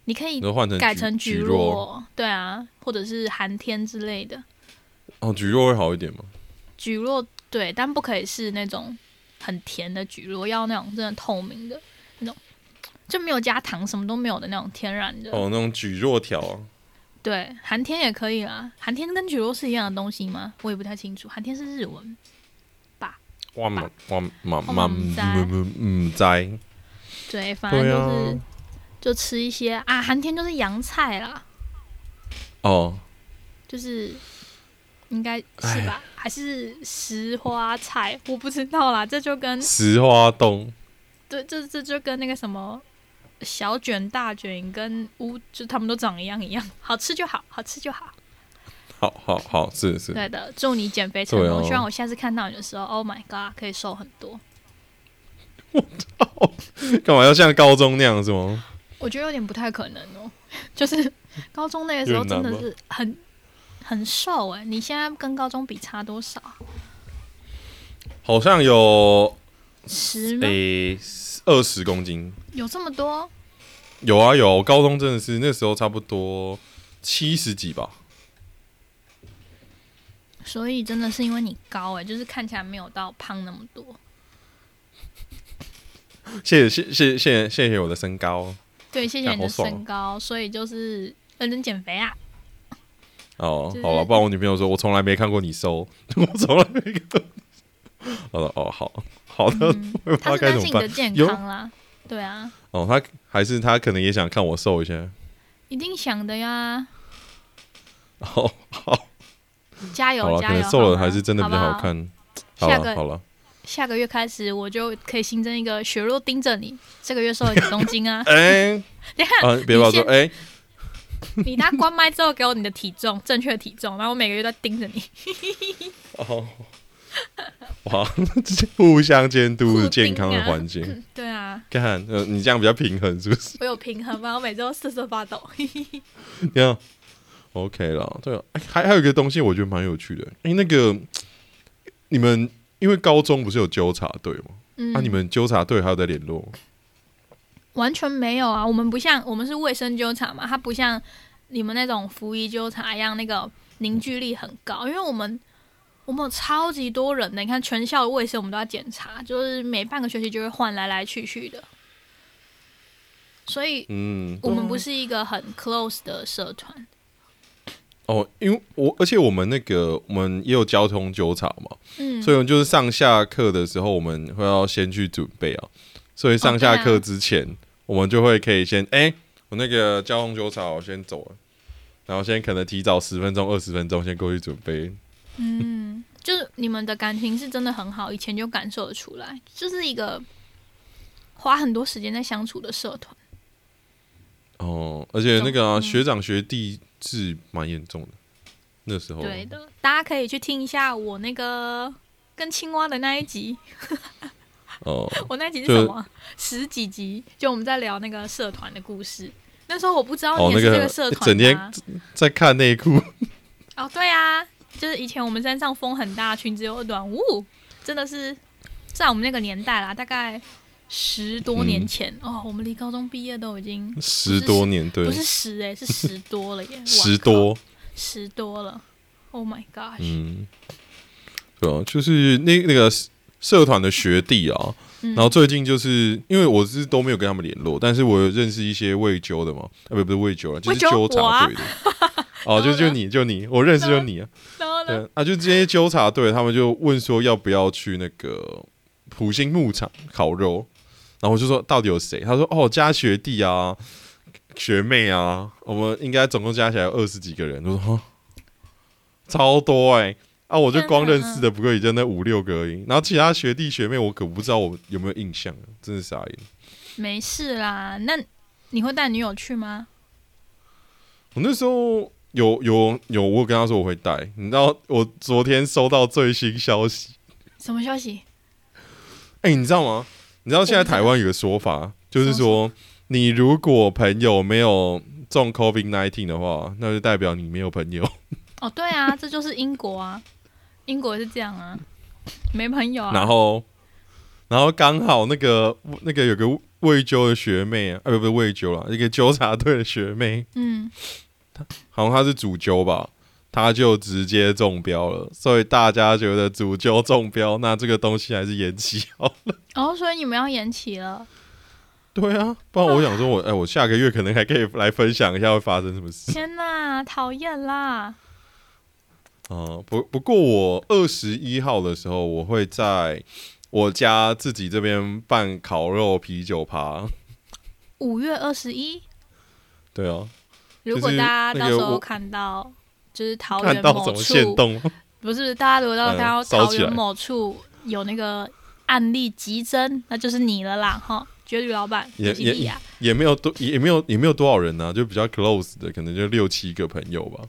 B: 你可以
A: 然后换成
B: 改成
A: 菊
B: 菊
A: 若，
B: 若，对啊，或者是寒天之类的
A: 哦，菊若会好一点吗？
B: 菊若，对，但不可以是那种很甜的菊若，要那种真的透明的那种，就没有加糖，什么都没有的那种天然的。
A: 哦，那种菊若条啊，
B: 对，寒天也可以啦，寒天跟菊若是一样的东西吗？我也不太清楚，寒天是日文。
A: 哇嘛哇嘛
B: 我
A: 嘛
B: 哦
A: 嗯
B: 唔知
A: 嗯嗯在，
B: 对，反正
A: 对
B: 就
A: 啊
B: 是、，就吃一些啊，寒天就是洋菜啦，
A: 哦，
B: 就是应该
A: 哎
B: 是吧？还是石花菜？我不知道啦，这就跟
A: 石花冻，
B: 对，这这就跟那个什么小卷、大卷跟乌，就他们都长一样一样， 好吃就好，好吃就好。
A: 好好好，是是，
B: 对的，祝你减肥成
A: 对
B: 功。
A: 哦
B: 希望我下次看到你的时候，Oh my god，可以瘦很多。
A: 干嘛要像高中那样是吗？
B: 我觉得有点不太可能哦， 就是高中那个时候真的是很很瘦哎、你现在跟高中比差多少？
A: 好像有
B: 十吗？
A: 诶二十公斤，
B: 有这么多？
A: 有啊有啊，我高中真的是那时候差不多七十几吧，
B: 所以真的是因为你高哎、就是看起来没有到胖那么多。
A: 谢谢谢谢谢谢谢谢我的身高，
B: 对，谢谢
A: 干
B: 你
A: 好
B: 的
A: 爽
B: 身高，所以就是认真减 肥啊。
A: 哦
B: 就，是
A: 好了，不然我女朋友说我从来没看过你瘦， 我从来没看过你。好了，哦，好好的，
B: 嗯
A: 我也不知
B: 他
A: 道
B: 是
A: 该
B: 担
A: 怎么
B: 心你
A: 办
B: 的。健
A: 有
B: 康啦，对啊，
A: 哦，他还是他可能也想看我瘦一下。
B: 一定想的呀，
A: 哦，好，
B: 加
A: 好
B: 油
A: 了，
B: 加
A: 可
B: 油！
A: 能瘦了
B: 吗
A: 还是真的比较
B: 好
A: 好
B: 不好。
A: 看。好
B: 下
A: 了，
B: 个
A: 好了，？
B: 下个月开始我就可以新增一个雪若盯着你，这个月瘦了几公斤啊
A: 哎，
B: 等一下
A: 啊，别把我说，
B: 你
A: 哎，
B: 你他关麦之后给我你的体重，正确的体重，然后我每个月都盯着 你，
A: 哦，哇， 这是互相监督
B: 互
A: 健
B: 盯
A: 康的
B: 啊
A: 环境。
B: 对啊，
A: 看，呃，你这样比较平衡，是不是？
B: 我有平衡吗？我每周瑟瑟发抖。
A: 你看，OK 了。对啊，哎还还有一个东西，我觉得蛮有趣的。哎，那个你们因为高中不是有纠察队吗？
B: 嗯，
A: 那、啊你们纠察队还有在联络吗？
B: 完全没有啊，我们不像我们是卫生纠察嘛，它不像你们那种服役纠察一样那个凝聚力很高，因为我们我们有超级多人的，你看全校的卫生我们都要检查，就是每半个学期就会换来来去去的，所以
A: 嗯，
B: 我们不
A: 是
B: 是一个很 close 的社团。
A: 哦，因为我而且我们那个我们也有交通纠察嘛，
B: 嗯，
A: 所以我们就是上下课的时候，我们会要先去准备啊。所以上下
B: 哦对
A: 课
B: 啊
A: 之前，我们就会可以
B: 哦
A: 先，哎、我那个交通纠察我先走了，然后先可能提早十分钟、二十分钟先过去准备。
B: 嗯，就是你们的感情是真的很好，以前就感受得出来，就是一个花很多时间在相处的社团。
A: 哦，而且那个啊、
B: 懂嗯
A: 学长学弟制蛮严重的，那时候
B: 对的，大家可以去听一下我那个跟青蛙的那一集，
A: 哦，
B: 我那一集是
A: 就
B: 什么？ 十几集，就我们在聊那个社团的故事。那时候我不知道
A: 哦
B: 你也是
A: 那个
B: 这社团、啊
A: 整天在看内裤，
B: 哦，对啊，就是以前我们山上风很大，裙子又短，呜，真的是在我们那个年代啦，大概十多年前、
A: 嗯
B: 哦，我们离高中毕业都已经
A: 十多年对
B: 不，是十哎、是十多了耶，哇
A: 十
B: 靠
A: 多，
B: 十多了，Oh my gosh！、
A: 嗯，对啊，就是那那个社团的学弟啊，
B: 嗯
A: 然后最近就是因为我是都没有跟他们联络，但是我有认识一些未纠的嘛，啊不不是未纠了，就是
B: 未纠
A: 纠
B: 我
A: 察
B: 啊
A: 队的。哦，就就你就你，我认识就你啊，
B: 然后呢？
A: 对啊，就这些纠察队，他们就问说要不要去那个普星牧场烤肉，然后我就说到底有谁？他说哦，加学弟啊，学妹啊，我们应该总共加起来有二十几个人，我说哈，超多哎、啊，我就光认识的不过也就那五六个而已，然后其他学弟学妹我可不知道我有没有印象，真是傻眼。
B: 没事啦，那你会带女友去吗？
A: 我那时候有有有，我有跟他说我会带，你知道我昨天收到最新消息，
B: 什么消息？
A: 哎、你知道吗？你知道现在台湾有个说法，就是说，你如果朋友没有中 COVID nineteen 的话，那就代表你没有朋友。
B: 哦，对啊， 这就是英国啊，英国是这样啊，没朋友啊
A: 然。后，然后刚好那个那个有个未纠的学妹啊，呃、不是未纠啦，一个纠察队的学妹，
B: 嗯，
A: 好像她是主纠吧，她就直接中标了。所以大家觉得主纠中标，那这个东西还是延期好了。
B: 哦，所以你们要延期了。
A: 对啊，不然我想说我，哎、我下个月可能还可以来分享一下会发生什么事。
B: 天哪，讨厌啦！
A: 哦，不不过我二十一号的时候，我会在我家自己这边办烤肉啤酒趴。
B: 五月二十一，
A: 对啊，
B: 如
A: 就是
B: 果大家
A: 那
B: 到
A: 个
B: 时
A: 我
B: 候看到，就是桃
A: 看
B: 园
A: 到什
B: 某
A: 么线
B: 哦处，
A: 动吗？
B: 不是大家如果到
A: 嗯
B: 看到
A: 烧
B: 桃
A: 起
B: 园
A: 来
B: 某处有那个案例急增，那就是你了啦，哈，绝对老板，
A: 也
B: 吉利啊，
A: 也没有多，也也没有，也没有多少人呢、就比较 close 的，可能就六七个朋友吧。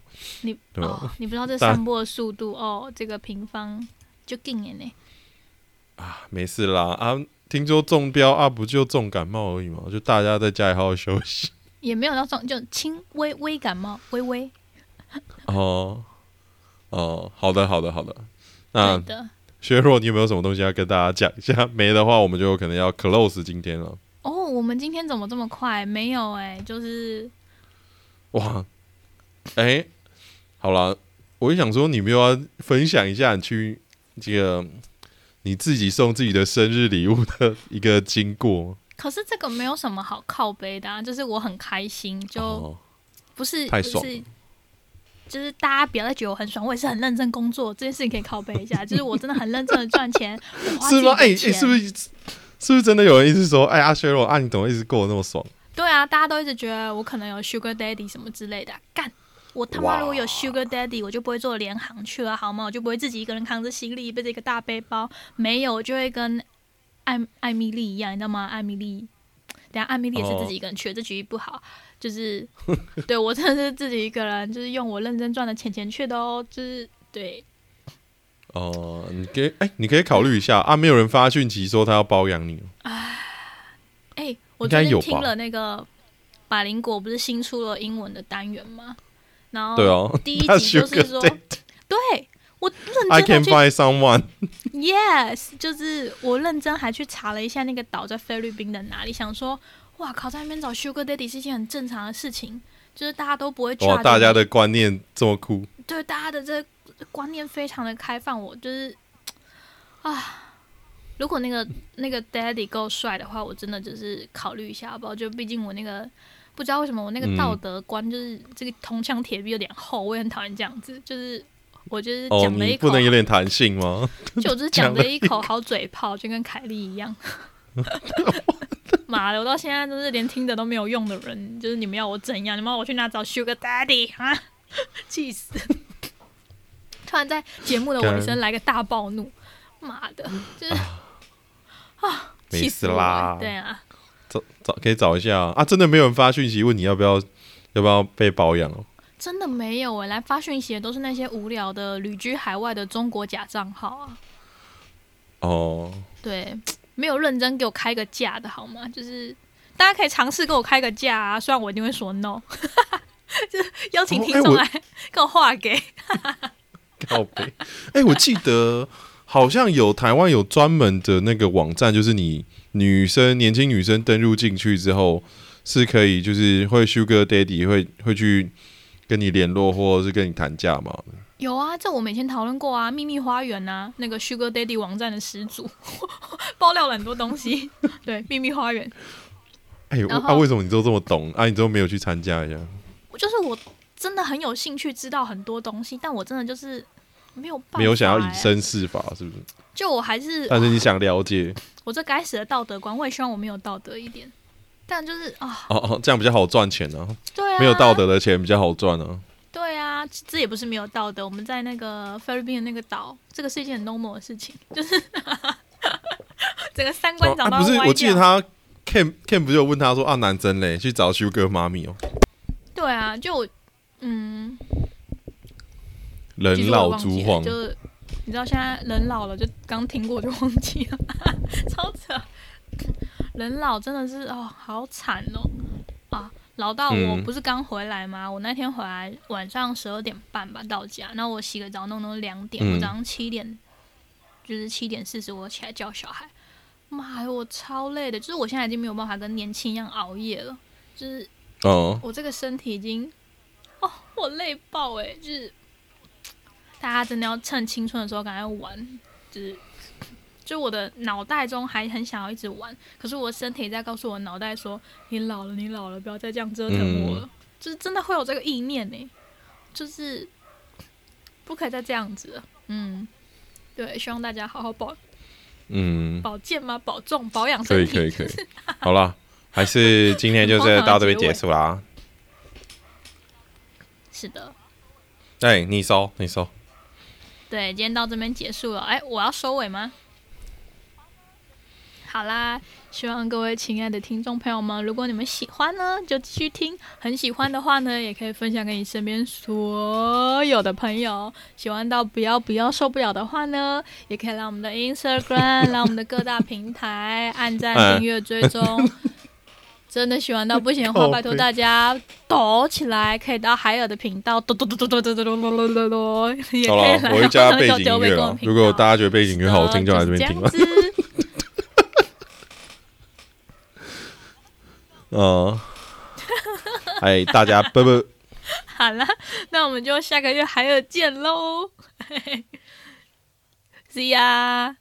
B: 你
A: 对啊吧？
B: 哦，你不知道这
A: 大
B: 散播的速度哦，这个平方就更远呢。
A: 啊没事啦啊，听说中标啊，不就重感冒而已嘛，就大家在家里好好休息。
B: 也没有到重，就轻微微感冒，微微
A: 哦哦，好的好的好的，那
B: 对的。
A: 薛若，你有没有什么东西要跟大家讲一下？没的话，我们就可能要 close 今天了。
B: 哦，我们今天怎么这么快？没有哎、就是
A: 哇，哎、好啦，我就想说，你们又要分享一下你去这个你自己送自己的生日礼物的一个经过。
B: 可是这个没有什么好靠背的、啊，就是我很开心，就
A: 哦，
B: 不是、
A: 太
B: 不
A: 爽
B: 是，就是大家不要再觉得我很爽，我也是很认真工作，这件事情可以靠背一下，就是我真的很认真的赚 钱，我花
A: 是
B: 自己的
A: 吗？哎、哎、
B: 钱
A: 是不是是不是真的有人一直说，哎阿薛罗啊，你怎么一直过得那么爽？
B: 对啊，大家都一直觉得我可能有 Sugar Daddy 什么之类的啊，干。我他妈
A: 哇
B: 如果有 Sugar Daddy，我就不会做联行去了，好吗？我就不会自己一个人扛着行李，背着一个大背包，没有，我就会跟艾艾米丽一样，你知道吗？艾米丽，等下艾米丽也是
A: 哦
B: 自己一个人去的，这局不好，就是 对我真的是自己一个人，就是用我认真赚的钱钱去的哦，就是对，
A: 哦、你可以哎、你可以考虑一下啊，没有人发讯息说他要包养你哦，
B: 哎、我
A: 应该
B: 最近
A: 有
B: 听
A: 吧
B: 了那个百灵果不是新出了英文的单元吗？然后
A: 对哦，
B: 第 一
A: 他
B: 集就是
A: sugar
B: 说
A: daddy
B: 对我
A: I can
B: 认真
A: find someone，
B: 去，yes，就是我认真还去查了一下那个岛在菲律宾的哪里，想说，哇靠，在那边找 Sugar Daddy 是一件很正常的事情，就是大家都不会去
A: 哇，大家的观念这么酷，
B: 对大家的这观念非常的开放，我就是啊。如果那个那个 daddy 够帅的话，我真的就是考虑一下好不好？就毕竟我那个不知道为什么我那个
A: 嗯
B: 道德观就是这个铜墙铁壁有点厚，我也很讨厌这样子。就是我就是
A: 哦，
B: 讲了
A: 你
B: 一口啊
A: 不能有点弹性吗？
B: 就我就是讲着一口好嘴炮，就跟凯莉一样。妈的，我到现在都是连听的都没有用的人，就是你们要我怎样？你们要我去哪找 Sugar Daddy 啊？气死！突然在节目的尾声
A: 干
B: 来个大暴怒，妈的，就是啊，
A: 没
B: 气
A: 事
B: 死我
A: 啦
B: 了！对啊，
A: 找找可以找一下啊，啊真的没有人发讯息问你要不要要不要被包养哦，
B: 真的没有哎、来发讯息的都是那些无聊的旅居海外的中国假账号啊。
A: 哦，
B: 对，没有认真给我开个价的好吗？就是大家可以尝试给我开个价啊，虽然我一定会说 no，就是邀请
A: 哦
B: 听
A: 哎
B: 众
A: 我
B: 来 跟我话给。
A: 靠背， 哎、我记得好像有台湾有专门的那个网站，就是你女生年轻女生登入进去之后，是可以就是会 Sugar Daddy 会会去跟你联络，或者是跟你谈价嘛。
B: 有啊，这我们以前讨论过啊，秘密花园啊，那个 Sugar Daddy 网站的始祖， 爆料了很多 东西。对，秘密花园，
A: 哎、我
B: 然后
A: 啊，为什么你都这么懂啊？你都没有去参加一下？
B: 就是我真的很有兴趣知道很多东西，但我真的就是没有办法、欸
A: 没有想要以，身试法，是不是？
B: 就我还是
A: 但是你想了 解
B: 我这该死的道德观，我也希望我没有道德一点，但就是啊，
A: 哦哦，这样比较好赚钱啊，
B: 对啊，
A: 没有道德的钱比较好赚啊。
B: 对啊，这也不是没有道德。我们在那个菲律宾的那个岛，这个是一件很 normal 的事情，就是 整个三观
A: 哦
B: 长到
A: 啊、不是，
B: 歪
A: 我记得
B: 掉
A: 他 Ken Ken 不就有问他说啊，男真嘞，去找 Sugar 妈咪哦，
B: 对啊，就我嗯，其
A: 人
B: 实我也
A: 老
B: 忘记
A: 珠
B: 了
A: 黄。
B: 就是你知道现在人老了，就刚听过就忘记了， 超扯。人老真的是哦，好惨哦啊！老到我
A: 嗯
B: 不是刚回来吗？我那天回来晚上十二点半吧到家，然后我洗个澡弄弄两点，
A: 嗯
B: 我早上七点就是七点四十我起来叫小孩，妈呀，我超累的，就是我现在已经没有办法跟年轻一样熬夜了，就是
A: 哦，
B: 我这个身体已经，哦，我累爆哎、就是大家真的要趁青春的时候赶快玩，就是就我的脑袋中还很想要一直玩，可是我身体在告诉我脑袋说你老了，你老了，不要再这样折腾
A: 嗯
B: 我了，就是真的会有这个意念呢、就是不可以再这样子了，嗯。对，希望大家好好保
A: 嗯，
B: 保健吗？保重、保养
A: 可
B: 身
A: 以
B: 体。
A: 可以可以，好啦，还是今天就是到这边结束 啦。
B: 是的，
A: 哎、你收你收，
B: 对，今天到这边结束了。哎，我要收尾吗？好啦，希望各位亲爱的听众朋友们，如果你们喜欢呢，就继续听；很喜欢的话呢，也可以分享给你身边所有的朋友。喜欢到不要不要受不了的话呢，也可以来我们的 Instagram，来我们的各大平台按赞、
A: 哎
B: 订阅、追踪。真的喜欢到不行的话，
A: 靠
B: 拜托
A: 背
B: 大家抖起来，可以到海尔的频道，抖抖抖抖抖抖抖抖抖抖抖，也
A: 好
B: 可以
A: 了
B: 来，
A: 我会加背景音乐 了。如果大
B: 家
A: 家觉得背景音乐好听，就来这边 听吧。 嗯， 哎，大家拜拜。
B: 好了，那我们就下个月还有见喽嘿嘿，See ya。